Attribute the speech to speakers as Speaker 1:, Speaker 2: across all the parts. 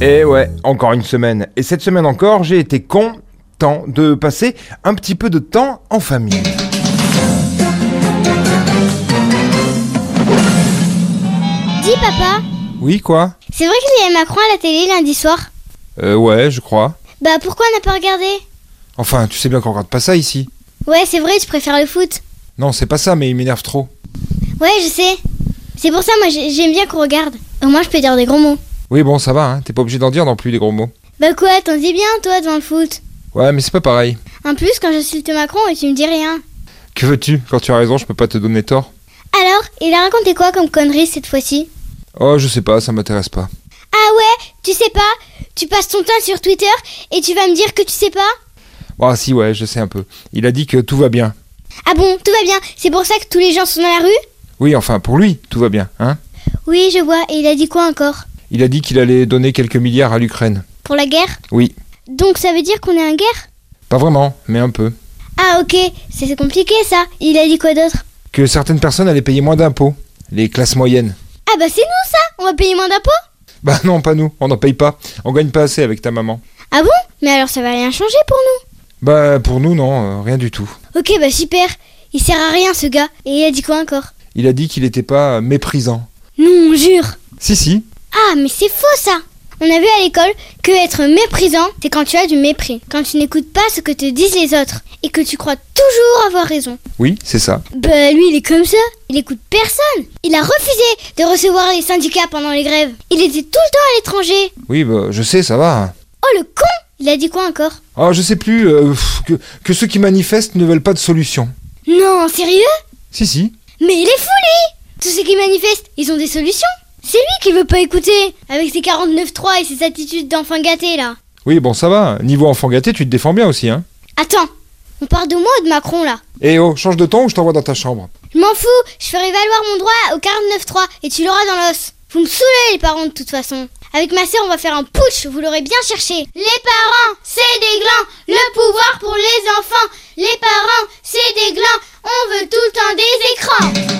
Speaker 1: Et ouais, encore une semaine. Et cette semaine encore, j'ai été content de passer un petit peu de temps en famille.
Speaker 2: Dis papa,
Speaker 1: Oui, quoi
Speaker 2: c'est vrai qu'il y a Macron à la télé lundi soir
Speaker 1: Euh, ouais, je crois.
Speaker 2: Bah pourquoi on n'a pas regardé
Speaker 1: Enfin, tu sais bien qu'on regarde pas ça ici.
Speaker 2: Ouais c'est vrai, je préfère le foot.
Speaker 1: Non, c'est pas ça, mais il m'énerve trop.
Speaker 2: Ouais je sais. C'est pour ça moi j'ai- j'aime bien qu'on regarde. Au moins je peux dire des gros mots.
Speaker 1: Oui, bon, ça va, hein, t'es pas obligé d'en dire non plus des gros mots.
Speaker 2: Bah quoi, t'en dis bien toi devant le foot.
Speaker 1: Ouais, mais c'est pas pareil.
Speaker 2: En plus quand j'insulte Macron tu me dis rien.
Speaker 1: Que veux-tu Quand tu as raison, je peux pas te donner tort.
Speaker 2: Alors, il a raconté quoi comme connerie cette fois-ci
Speaker 1: Oh, je sais pas, ça m'intéresse pas.
Speaker 2: Ah ouais, tu sais pas Tu passes ton temps sur Twitter et tu vas me dire que tu sais pas
Speaker 1: Ah si, ouais, je sais un peu. Il a dit que tout va bien.
Speaker 2: Ah bon, tout va bien, c'est pour ça que tous les gens sont dans la rue
Speaker 1: Oui, enfin, pour lui, tout va bien, hein
Speaker 2: Oui, je vois, et il a dit quoi encore
Speaker 1: Il a dit qu'il allait donner quelques milliards à l'Ukraine.
Speaker 2: Pour la guerre
Speaker 1: Oui,
Speaker 2: Donc ça veut dire qu'on est en guerre
Speaker 1: pas vraiment, mais un peu.
Speaker 2: Ah ok, c'est c'est compliqué ça. Il a dit quoi d'autre
Speaker 1: Que certaines personnes allaient payer moins d'impôts. Les classes moyennes.
Speaker 2: Ah bah c'est nous ça On va payer moins d'impôts
Speaker 1: Bah non, pas nous, on n'en paye pas. On gagne pas assez avec ta maman.
Speaker 2: Ah bon Mais alors ça va rien changer pour
Speaker 1: Bah pour nous, non, euh, rien du tout.
Speaker 2: nous Ok bah super Il sert à rien ce gars. Et il a dit quoi encore
Speaker 1: Il a dit qu'il était pas méprisant.
Speaker 2: Non, on jure
Speaker 1: Si, si.
Speaker 2: Ah mais c'est faux ça On a vu à l'école que être méprisant, c'est quand tu as du mépris. Quand tu n'écoutes pas ce que te disent les autres. Et que tu crois toujours avoir raison.
Speaker 1: Oui, c'est ça.
Speaker 2: Bah lui il est comme ça. Il écoute personne. Il a refusé de recevoir les syndicats pendant les grèves. Il était tout le temps à l'étranger.
Speaker 1: Oui, bah je sais, ça va.
Speaker 2: Oh le con Il a dit quoi encore
Speaker 1: Ah, je sais plus, euh, pff, que, que ceux qui manifestent ne veulent pas de solution.
Speaker 2: Non, sérieux
Speaker 1: Si, si.
Speaker 2: Mais il est fou lui Tous ceux qui manifestent, ils ont des solutions C'est lui qui veut pas écouter Avec ses 49.3 et ses attitudes d'enfant gâté là
Speaker 1: Oui, bon, ça va. Niveau enfant gâté, tu te défends bien aussi, hein.
Speaker 2: Attends, on parle de moi ou de Macron là
Speaker 1: Eh oh, change de ton ou je t'envoie dans ta chambre
Speaker 2: Je m'en fous, je ferai valoir mon droit au 49.3 et tu l'auras dans l'os Vous me saoulez les parents de toute façon Avec ma sœur on va faire un putsch, vous l'aurez bien cherché Les parents, c'est des glands Le pouvoir pour les enfants Les parents, c'est des glands On veut tout le temps des écrans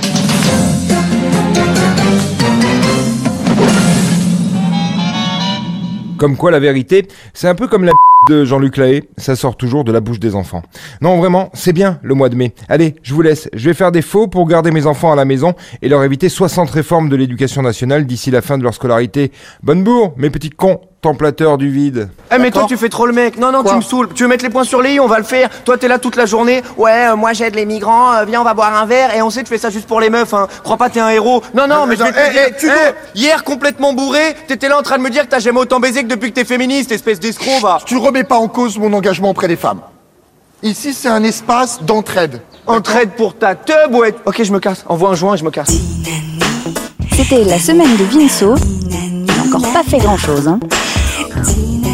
Speaker 1: Comme quoi, la vérité, c'est un peu comme la de Jean-Luc Lahaye, ça sort toujours de la bouche des enfants. Non, vraiment, c'est bien le mois de mai. Allez, je vous laisse, je vais faire des faux pour garder mes enfants à la maison et leur éviter 60 réformes de l'éducation nationale d'ici la fin de leur scolarité. Bonne bourre, mes petits contemplateurs du vide.
Speaker 3: Eh mais toi tu fais trop le mec, non non
Speaker 4: Quoi
Speaker 3: tu me saoules, tu veux mettre les points sur les i, on va le faire, toi t'es là toute la journée, ouais euh, moi j'aide les migrants, Euh, viens on va boire un verre et on sait tu fais ça juste pour les meufs, hein. crois pas t'es un héros, non non mais je vais te
Speaker 4: eh,
Speaker 3: dire,
Speaker 4: eh, tu
Speaker 3: Euh, eh,
Speaker 4: dois-
Speaker 3: hier complètement bourré, t'étais là en train de me dire que t'as jamais autant baisé que depuis que t'es féministe, espèce d'escroc va
Speaker 4: Tu remets pas en cause mon engagement auprès des femmes. Ici, c'est un espace d'entraide.
Speaker 3: Entraide pour ta teub ouais, ok je me casse, envoie un joint et je me casse.
Speaker 5: C'était la semaine de Vinceau. Il n'a encore pas fait grand-chose. hein.
Speaker 6: Dynamique.